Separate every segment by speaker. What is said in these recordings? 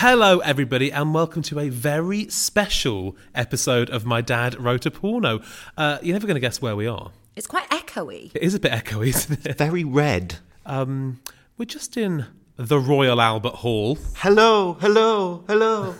Speaker 1: Hello, everybody, and welcome to a very special episode of My Dad Wrote a Porno. Uh, you're never going to guess where we are.
Speaker 2: It's quite echoey.
Speaker 1: It is a bit echoey, isn't it?
Speaker 3: very red.
Speaker 1: Um, we're just in the Royal Albert Hall.
Speaker 3: Hello, hello, hello.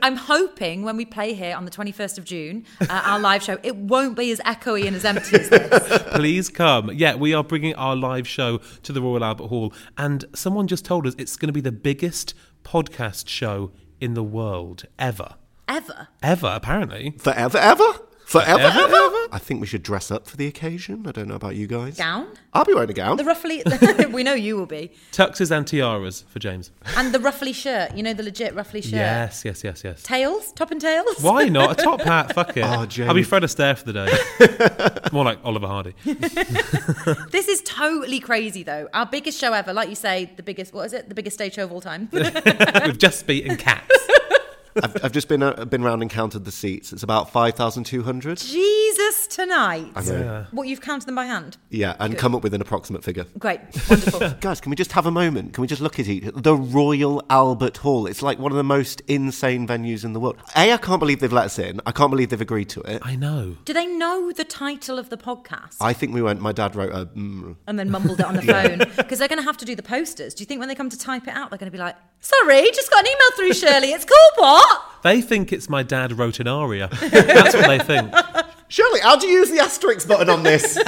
Speaker 2: I'm hoping when we play here on the 21st of June, uh, our live show, it won't be as echoey and as empty as this.
Speaker 1: Please come. Yeah, we are bringing our live show to the Royal Albert Hall, and someone just told us it's going to be the biggest podcast show in the world ever.
Speaker 2: Ever.
Speaker 1: Ever, apparently.
Speaker 3: Forever, ever? Forever,
Speaker 1: Forever,
Speaker 3: ever?
Speaker 1: ever?
Speaker 3: I think we should dress up for the occasion. I don't know about you guys.
Speaker 2: Gown?
Speaker 3: I'll be wearing a gown.
Speaker 2: The ruffly, we know you will be.
Speaker 1: Tuxes and tiaras for James.
Speaker 2: And the ruffly shirt, you know, the legit ruffly shirt.
Speaker 1: Yes, yes, yes, yes.
Speaker 2: Tails, top and tails.
Speaker 1: Why not? A top hat, fuck it.
Speaker 3: Oh, Jamie.
Speaker 1: I'll be Fred Astaire for the day. More like Oliver Hardy.
Speaker 2: This is totally crazy, though. Our biggest show ever, like you say, the biggest, what is it? The biggest stage show of all time.
Speaker 1: We've just beaten cats.
Speaker 3: I've, I've just been uh, been round and counted the seats. It's about 5,200.
Speaker 2: Jesus tonight.
Speaker 3: I know. Yeah,
Speaker 2: What, you've counted them by hand?
Speaker 3: and come up with an approximate figure.
Speaker 2: Great, wonderful.
Speaker 3: Guys, can we just have a moment? Can we just look at each The Royal Albert Hall. It's like one of the most insane venues in the world. A, I can't believe they've let us in. I can't believe they've agreed to it.
Speaker 1: I know.
Speaker 2: Do they know the title of the podcast?
Speaker 3: I think we went, my dad wrote a. Mm,
Speaker 2: and then mumbled it on the phone because they're going to have to do the posters. Do you think when they come to type it out, they're going to be like, "Sorry, just got an email through, Shirley. It's called what?"
Speaker 1: They think it's my dad wrote an aria. That's what they think.
Speaker 3: Shirley, how do you use the asterisk button on this?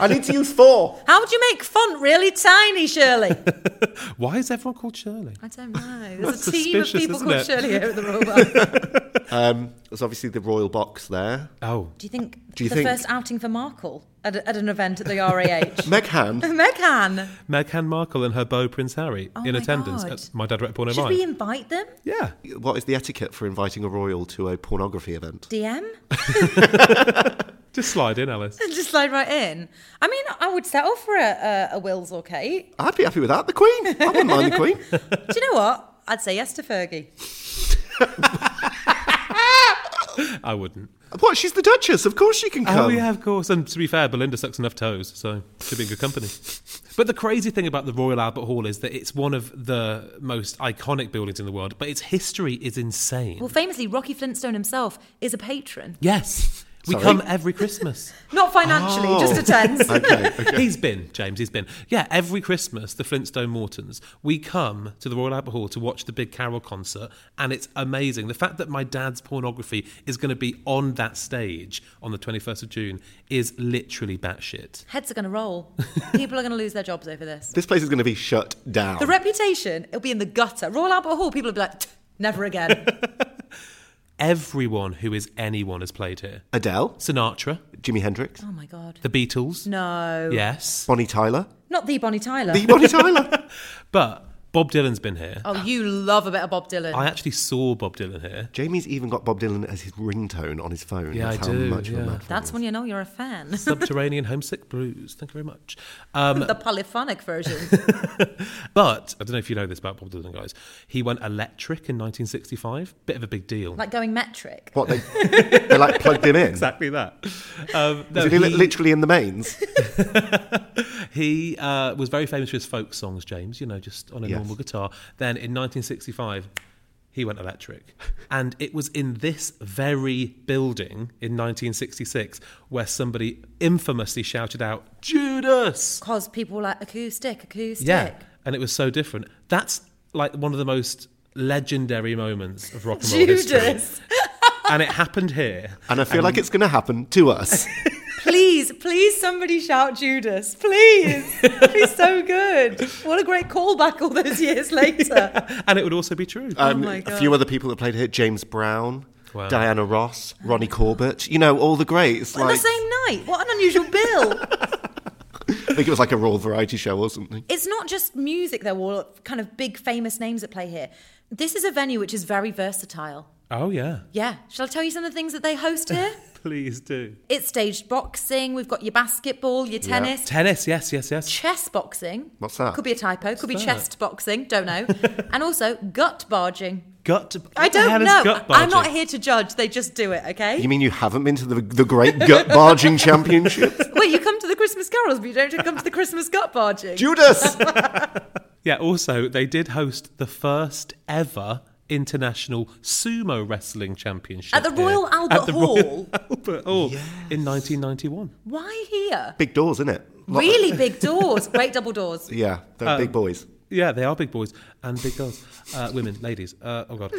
Speaker 3: I need to use four.
Speaker 2: How would you make font really tiny, Shirley?
Speaker 1: Why is everyone called Shirley?
Speaker 2: I don't know. There's
Speaker 1: That's
Speaker 2: a team of
Speaker 1: suspicious,
Speaker 2: people
Speaker 1: isn't
Speaker 2: called
Speaker 1: it?
Speaker 2: Shirley here at the Royal Bar.
Speaker 3: Um, there's obviously the royal box there.
Speaker 1: Oh,
Speaker 2: Do you think
Speaker 3: Do you
Speaker 2: the
Speaker 3: think-
Speaker 2: first outing for Markle at, a- at an event at the RAH?
Speaker 3: Meg Hand.
Speaker 2: Meghan,
Speaker 1: Meghan Markle and her beau Prince Harry
Speaker 2: Oh
Speaker 1: in
Speaker 2: my
Speaker 1: attendance
Speaker 2: God.
Speaker 1: at my dad wrote a porno
Speaker 2: should
Speaker 1: mine.
Speaker 2: we invite them?
Speaker 1: yeah.
Speaker 3: What is the etiquette for inviting a royal to a pornography event?
Speaker 2: DM
Speaker 1: Just slide in, Alice.
Speaker 2: and just slide right in. I mean, I would settle for a, a, a Wills or Kate.
Speaker 3: I'd be happy with that. The Queen. I wouldn't mind the Queen.
Speaker 2: Do you know what? I'd say yes to Fergie.
Speaker 1: I wouldn't.
Speaker 3: What? She's the Duchess. Of course she can come.
Speaker 1: Oh yeah, of course. And to be fair, Belinda sucks enough toes, so she'll be in good company. But the crazy thing about the Royal Albert Hall is that it's one of the most iconic buildings in the world, but its history is insane.
Speaker 2: Well, famously, Rocky Flintstone himself is a patron.
Speaker 1: yes. We
Speaker 3: Sorry?
Speaker 1: come every Christmas.
Speaker 2: Not financially,
Speaker 1: Oh.
Speaker 2: just attends.
Speaker 3: Okay, okay.
Speaker 1: He's been, James, he's been. Yeah, every Christmas, the Flintstone Mortons, we come to the Royal Albert Hall to watch the big Carol concert, and it's amazing. The fact that my dad's pornography is going to be on that stage on the 21st of June is literally batshit.
Speaker 2: Heads are going to roll. People are going to lose their jobs over this.
Speaker 3: This place is going to be shut down.
Speaker 2: The reputation, it'll be in the gutter. Royal Albert Hall, people will be like, "Tch, never again.
Speaker 1: Everyone who is anyone has played here
Speaker 3: Adele,
Speaker 1: Sinatra,
Speaker 3: Jimi Hendrix,
Speaker 2: oh my God.
Speaker 1: the Beatles.
Speaker 2: No.
Speaker 1: Yes.
Speaker 3: Bonnie Tyler.
Speaker 2: Not the Bonnie Tyler.
Speaker 3: The Bonnie Tyler.
Speaker 1: But Bob Dylan's been here.
Speaker 2: oh, you love a bit of Bob Dylan.
Speaker 1: I actually saw Bob Dylan here.
Speaker 3: Jamie's even got Bob Dylan as his ringtone on his phone.
Speaker 1: Yeah,
Speaker 3: That's
Speaker 1: I
Speaker 3: how
Speaker 1: do,
Speaker 3: Much of a
Speaker 1: yeah.
Speaker 3: mad fan
Speaker 2: That's
Speaker 3: he
Speaker 2: when you know you're a fan.
Speaker 1: Subterranean Homesick Blues. Thank you very much. Um,
Speaker 2: the polyphonic version.
Speaker 1: But I don't know if you know this about Bob Dylan, guys. He went electric in 1965. Bit of a big deal.
Speaker 2: like going metric.
Speaker 3: is. What they? They like plugged him in.
Speaker 1: exactly that. Um, no,
Speaker 3: Is he
Speaker 1: he
Speaker 3: li- literally in the mains?
Speaker 1: he, uh, was very famous for his folk songs, James. You know, just on a
Speaker 3: Yes.
Speaker 1: normal guitar. Then in 1965, he went electric. And it was in this very building in 1966 where somebody infamously shouted out, Judas!
Speaker 2: Because people were like acoustic, acoustic.
Speaker 1: Yeah. And it was so different. That's like one of the most legendary moments of rock and roll
Speaker 2: Judas.
Speaker 1: history. And it happened here.
Speaker 3: And I feel like it's going to happen to us.
Speaker 2: Please, please, somebody shout Judas. Please. That'd be so good. What a great callback all those years later.
Speaker 1: And it would also be true.
Speaker 3: Um,
Speaker 2: Oh my
Speaker 3: a
Speaker 2: God.
Speaker 3: few other people that played here: James Brown,
Speaker 1: Wow.
Speaker 3: Diana Ross, Ronnie Corbett. You know, all the greats.
Speaker 2: On the
Speaker 3: Like,
Speaker 2: same night. What an unusual bill.
Speaker 3: I think it was like a Royal Variety Show or something.
Speaker 2: it's not just music, though, all kind of big famous names that play here. This is a venue which is very versatile.
Speaker 1: oh, yeah.
Speaker 2: Yeah. Shall I tell you some of the things that they host here?
Speaker 1: Please do.
Speaker 2: it's staged boxing. We've got your basketball, your tennis,
Speaker 1: Tennis, yes, yes, yes.
Speaker 2: chess boxing.
Speaker 3: What's that?
Speaker 2: Could be a typo. Could be
Speaker 1: that?
Speaker 2: chest boxing. Don't know. and also gut barging.
Speaker 1: Gut.
Speaker 2: I
Speaker 1: what the hell
Speaker 2: don't
Speaker 1: is
Speaker 2: know.
Speaker 1: gut
Speaker 2: I'm not
Speaker 1: barging?
Speaker 2: here to judge. They just do it, okay?
Speaker 3: You mean you haven't been to the the Great Gut Barging Championship?
Speaker 2: Wait, you come to the Christmas carols, but you don't come to the Christmas gut barging.
Speaker 3: Judas.
Speaker 1: Yeah, also, they did host the first ever international sumo wrestling championship
Speaker 2: At the
Speaker 1: here.
Speaker 2: Royal Albert
Speaker 1: At the Royal
Speaker 2: Hall?
Speaker 1: Albert Hall in 1991.
Speaker 2: Why here?
Speaker 3: Big doors, isn't it?
Speaker 2: Really big doors. Great double doors.
Speaker 3: Yeah, they're
Speaker 2: Um,
Speaker 3: big boys.
Speaker 1: Yeah, they are big boys and big girls, uh, women, ladies. Uh, oh god.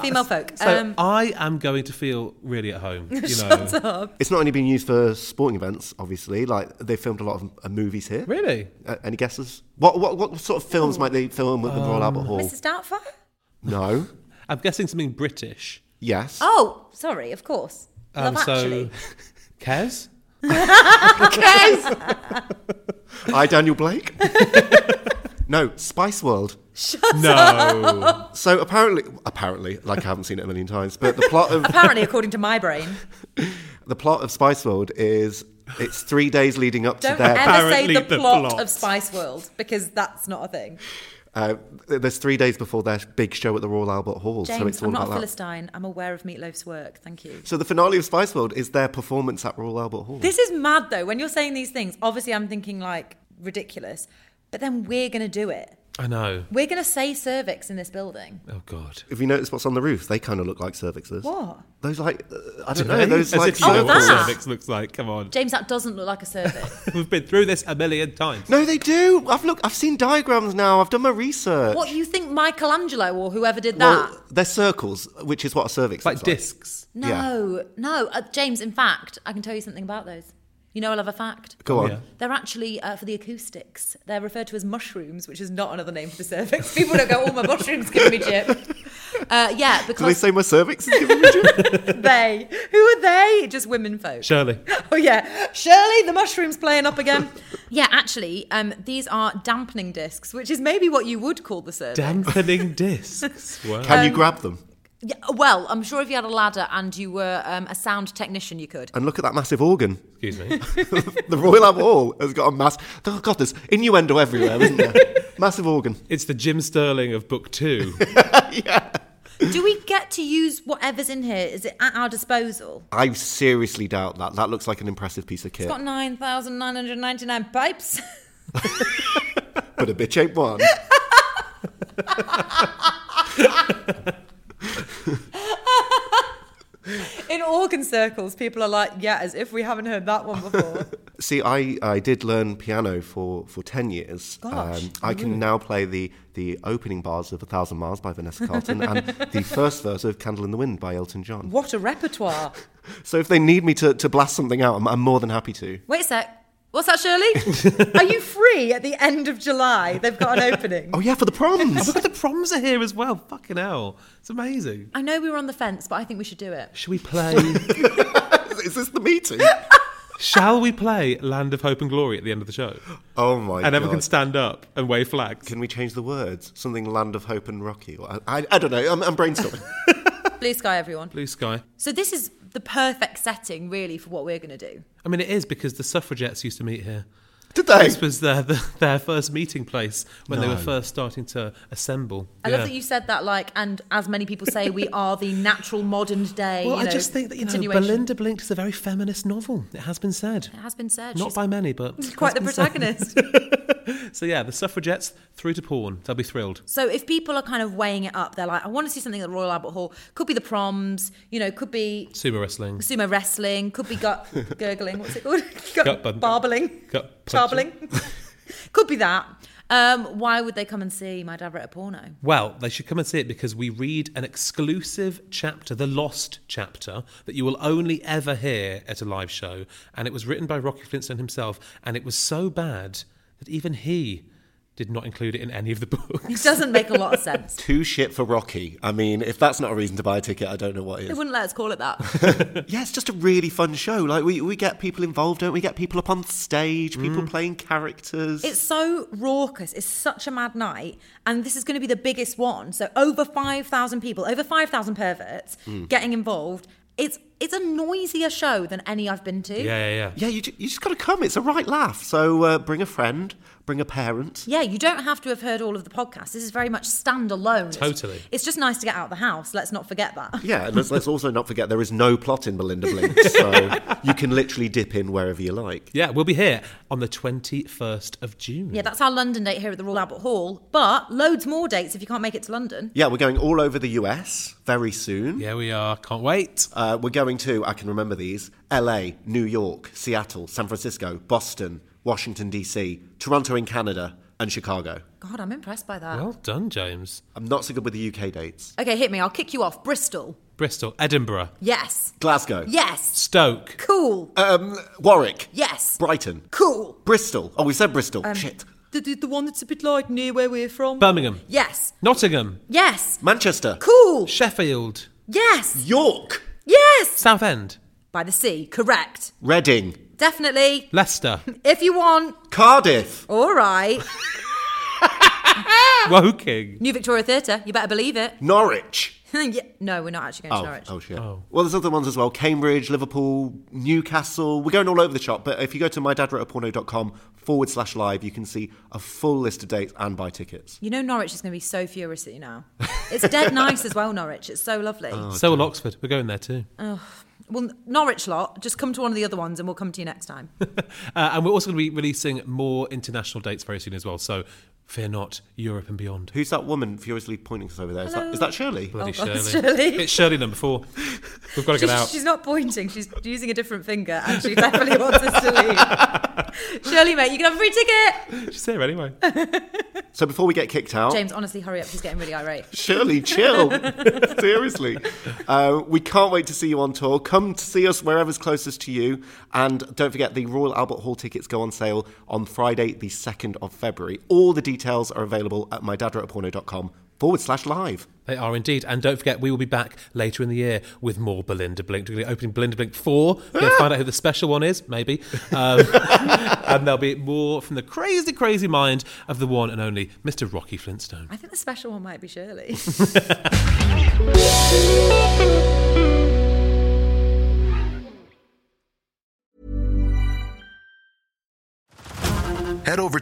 Speaker 2: Female folk.
Speaker 1: So
Speaker 2: um,
Speaker 1: I am going to feel really at home. You know,
Speaker 2: shut up.
Speaker 3: It's not only been used for sporting events, obviously. Like they filmed a lot of uh, movies here.
Speaker 1: really.
Speaker 3: Uh, any guesses? What, what what sort of films might they film at the Royal Albert Hall?
Speaker 2: Mrs. Doubtfire?
Speaker 3: No.
Speaker 1: I'm guessing something British.
Speaker 3: Yes.
Speaker 2: Oh, sorry, of course.
Speaker 1: Um,
Speaker 2: Love Actually.
Speaker 1: Kez.
Speaker 3: I Daniel Blake. no, Spice World.
Speaker 1: No.
Speaker 3: So apparently, apparently, like I haven't seen it a million times, but the plot of
Speaker 2: Apparently, according to my brain.
Speaker 3: the plot of Spice World is it's three days leading up to
Speaker 2: Don't
Speaker 3: their.
Speaker 2: ever say
Speaker 1: Apparently
Speaker 2: the,
Speaker 1: the
Speaker 2: plot,
Speaker 1: plot.
Speaker 2: of Spice World because that's not a thing.
Speaker 3: Uh, there's three days before their big show at the Royal Albert Hall, so
Speaker 2: James,
Speaker 3: it's all
Speaker 2: I'm not a
Speaker 3: about that.
Speaker 2: Philistine. I'm aware of Meatloaf's work. Thank you.
Speaker 3: So the finale of Spice World is their performance at Royal Albert Hall.
Speaker 2: This is mad though. When you're saying these things, obviously I'm thinking like ridiculous, but then we're going to do it.
Speaker 1: I know.
Speaker 2: We're going to say cervix in this building.
Speaker 1: Oh god.
Speaker 3: If you notice what's on the roof, they kind of look like cervixes.
Speaker 2: What?
Speaker 3: Those like uh, I
Speaker 1: Do
Speaker 3: don't know.
Speaker 1: they?
Speaker 3: Those
Speaker 1: As
Speaker 3: like
Speaker 1: if you know what
Speaker 2: circles.
Speaker 3: circles.
Speaker 2: Oh, that.
Speaker 1: cervix looks like. Come on.
Speaker 2: James, that doesn't look like a cervix.
Speaker 1: We've been through this a million times.
Speaker 3: No, they do. I've looked. I've seen diagrams now. I've done my research.
Speaker 2: what, you think Michelangelo or whoever did that?
Speaker 3: Well, they're circles, which is what a cervix
Speaker 1: It's like
Speaker 3: looks like.
Speaker 1: discs.
Speaker 2: no, no. Uh, James, in fact, I can tell you something about those. You know I love a fact.
Speaker 3: Go on.
Speaker 1: Oh, Yeah.
Speaker 2: They're actually uh, for the acoustics. They're referred to as mushrooms, which is not another name for the cervix. People don't go, "Oh, my mushrooms give me chip." Uh, yeah,
Speaker 3: Do they
Speaker 2: because
Speaker 3: say my cervix is giving me drip?
Speaker 2: they, who are they? Just women folk.
Speaker 1: Shirley.
Speaker 2: Oh yeah, Shirley, the mushrooms playing up again. yeah, actually, um, these are dampening discs, which is maybe what you would call the cervix.
Speaker 1: Dampening discs. Wow.
Speaker 3: Can you
Speaker 2: Um,
Speaker 3: grab them?
Speaker 2: yeah, well, I'm sure if you had a ladder and you were um, a sound technician, you could.
Speaker 3: And look at that massive organ.
Speaker 1: Excuse me.
Speaker 3: the Royal Albert Hall has got a mass. Oh God, there's innuendo everywhere, isn't there? massive organ.
Speaker 1: It's the Jim Sterling of book two.
Speaker 2: Do we get to use whatever's in here? Is it at our disposal?
Speaker 3: I seriously doubt that. That looks like an impressive piece of kit,
Speaker 2: It's got nine thousand nine hundred ninety-nine pipes.
Speaker 3: but a bitch ain't one.
Speaker 2: In organ circles, people are like, yeah, as if we haven't heard that one before.
Speaker 3: See, I, I did learn piano for, for ten years. Um,
Speaker 2: Gosh,
Speaker 3: I can now play the the opening bars of A Thousand Miles by Vanessa Carlton and the first verse of Candle in the Wind by Elton John.
Speaker 2: what a repertoire.
Speaker 3: So if they need me to, to blast something out, I'm, I'm more than happy to.
Speaker 2: Wait a sec. What's that, Shirley? are you free at the end of July? They've got an opening.
Speaker 3: Oh yeah, for the proms.
Speaker 1: Look at the proms are here as well. Fucking hell. It's amazing.
Speaker 2: I know we were on the fence, but I think we should do it.
Speaker 1: Should we play?
Speaker 3: Is this the meeting?
Speaker 1: Shall we play Land of Hope and Glory at the end of the show?
Speaker 3: Oh my
Speaker 1: and
Speaker 3: god.
Speaker 1: everyone can stand up and wave flags.
Speaker 3: Can we change the words? Something Land of Hope and Rocky? Or, I, I, I don't know. I'm, I'm brainstorming.
Speaker 2: Blue sky, everyone.
Speaker 1: Blue sky.
Speaker 2: So this is the perfect setting, really, for what we're going to do.
Speaker 1: I mean, it is because the suffragettes used to meet here.
Speaker 3: Did they?
Speaker 1: This was their, the, their first meeting place when they were
Speaker 3: No.
Speaker 1: first starting to assemble.
Speaker 2: I
Speaker 1: Yeah.
Speaker 2: love that you said that, like, and as many people say, we are the natural modern day.
Speaker 1: Well,
Speaker 2: you know,
Speaker 1: I just think that you know,
Speaker 2: continuation.
Speaker 1: Belinda Blinked is a very feminist novel. It has been said,
Speaker 2: It has been said.
Speaker 1: not
Speaker 2: She's
Speaker 1: by many, but
Speaker 2: quite the
Speaker 1: has been said.
Speaker 2: protagonist.
Speaker 1: So yeah, the suffragettes through to porn. They'll be thrilled.
Speaker 2: so if people are kind of weighing it up, they're like, I want to see something at the Royal Albert Hall. Could be the proms, you know, could be
Speaker 1: Sumo wrestling.
Speaker 2: sumo wrestling, could be gut gurgling, what's it called? Gut,
Speaker 1: Gut bun-
Speaker 2: barbling,
Speaker 1: gut punching.
Speaker 2: charbling. could be that. Um, why would they come and see my dad wrote a porno?
Speaker 1: Well, they should come and see it because we read an exclusive chapter, the lost chapter, that you will only ever hear at a live show. And it was written by Rocky Flintstone himself. And it was so bad that even he did not include it in any of the books.
Speaker 2: It doesn't make a lot of sense.
Speaker 3: Too shit for Rocky. I mean, if that's not a reason to buy a ticket, I don't know what
Speaker 2: They
Speaker 3: is.
Speaker 2: wouldn't let us call it that.
Speaker 3: Yeah, it's just a really fun show. Like we, we get people involved, don't we? Get people up on stage, people playing characters.
Speaker 2: It's so raucous. It's such a mad night, and this is going to be the biggest one. So over five thousand people, over five thousand perverts
Speaker 1: Hmm.
Speaker 2: getting involved. It's it's a noisier show than any I've been to.
Speaker 1: Yeah, yeah, yeah.
Speaker 3: yeah, you, ju- you just got to come. It's a right laugh. So uh, bring a friend, bring a parent.
Speaker 2: Yeah, you don't have to have heard all of the podcasts. This is very much standalone. It's-
Speaker 1: Totally.
Speaker 2: It's, just nice to get out of the house. Let's not forget that.
Speaker 3: Yeah, and let's, let's also not forget there is no plot in Belinda Blink, so you can literally dip in wherever you like.
Speaker 1: Yeah, we'll be here on the 21st of June.
Speaker 2: Yeah, that's our London date here at the Royal Albert Hall. But loads more dates if you can't make it to London.
Speaker 3: Yeah, we're going all over the US very soon.
Speaker 1: Yeah, we are. Can't wait.
Speaker 2: Ah.
Speaker 3: Uh, we're going to, I can remember these LA, New York, Seattle, San Francisco, Boston, Washington, D.C., Toronto in Canada, and Chicago.
Speaker 2: God, I'm impressed by that.
Speaker 1: Well done, James.
Speaker 3: I'm not so good with the UK dates.
Speaker 2: Okay, hit me. I'll kick you off. Bristol.
Speaker 1: Bristol, Edinburgh,
Speaker 2: Yes.
Speaker 3: Glasgow,
Speaker 2: Yes.
Speaker 1: Stoke,
Speaker 2: Cool.
Speaker 3: Warwick,
Speaker 2: yes.
Speaker 3: Brighton,
Speaker 2: cool.
Speaker 3: Bristol. Oh, we said Bristol. Shit.
Speaker 2: The, the, the one that's a bit like near where we're from.
Speaker 1: Birmingham,
Speaker 2: yes.
Speaker 1: Nottingham,
Speaker 2: Yes.
Speaker 3: Manchester,
Speaker 2: Cool.
Speaker 1: Sheffield,
Speaker 2: Yes.
Speaker 3: York,
Speaker 2: Yes.
Speaker 1: Southend,
Speaker 2: By the sea. Correct.
Speaker 3: Reading,
Speaker 2: Definitely.
Speaker 1: Leicester,
Speaker 2: If you want.
Speaker 3: Cardiff.
Speaker 2: All right.
Speaker 1: Woking.
Speaker 2: New Victoria Theatre. You better believe it.
Speaker 3: Norwich.
Speaker 2: Yeah. No, we're not actually going to
Speaker 3: Oh,
Speaker 2: Norwich.
Speaker 3: oh shit.
Speaker 1: Oh.
Speaker 3: Well, there's other ones as well. Cambridge, Liverpool, Newcastle. We're going all over the shop. But if you go to mydadwroteaporno.com forward slash live, you can see a full list of dates and buy tickets.
Speaker 2: You know Norwich is going to be so furious at you now. It's dead nice as well, Norwich. It's so lovely.
Speaker 3: Oh.
Speaker 1: So will Oxford. We're going there too.
Speaker 2: Uh. Well, Norwich lot, just come to one of the other ones and we'll come to you next time.
Speaker 1: Uh, and we're also going to be releasing more international dates very soon as well. So fear not, Europe and beyond.
Speaker 3: Who's that woman furiously pointing us over there? Is that, is that Shirley?
Speaker 1: Bloody
Speaker 2: Oh, God, it's
Speaker 1: Shirley.
Speaker 2: Shirley.
Speaker 1: It's Shirley number four. We've got to get
Speaker 2: She's-
Speaker 1: out.
Speaker 2: She's not pointing. She's using a different finger, and she definitely wants us to leave. Shirley, mate, you can have a free ticket.
Speaker 1: She's here anyway.
Speaker 3: So before we get kicked out,
Speaker 2: James, honestly, hurry up. She's getting really irate.
Speaker 3: Shirley, chill. Seriously. Uh, we can't wait to see you on tour. Come to see us wherever's closest to you. And don't forget, the Royal Albert Hall tickets go on sale on Friday, the 2nd of February. All the details are available at mydadwroteaporno.com forward slash live.
Speaker 1: They are indeed. And don't forget, we will be back later in the year with more Belinda Blink. We're going to be opening Belinda Blink 4. We're going to find out who the special one is, maybe. Um, and there'll be more from the crazy, crazy mind of the one and only Mr. Rocky Flintstone.
Speaker 2: I think the special one might be Shirley.
Speaker 4: Head over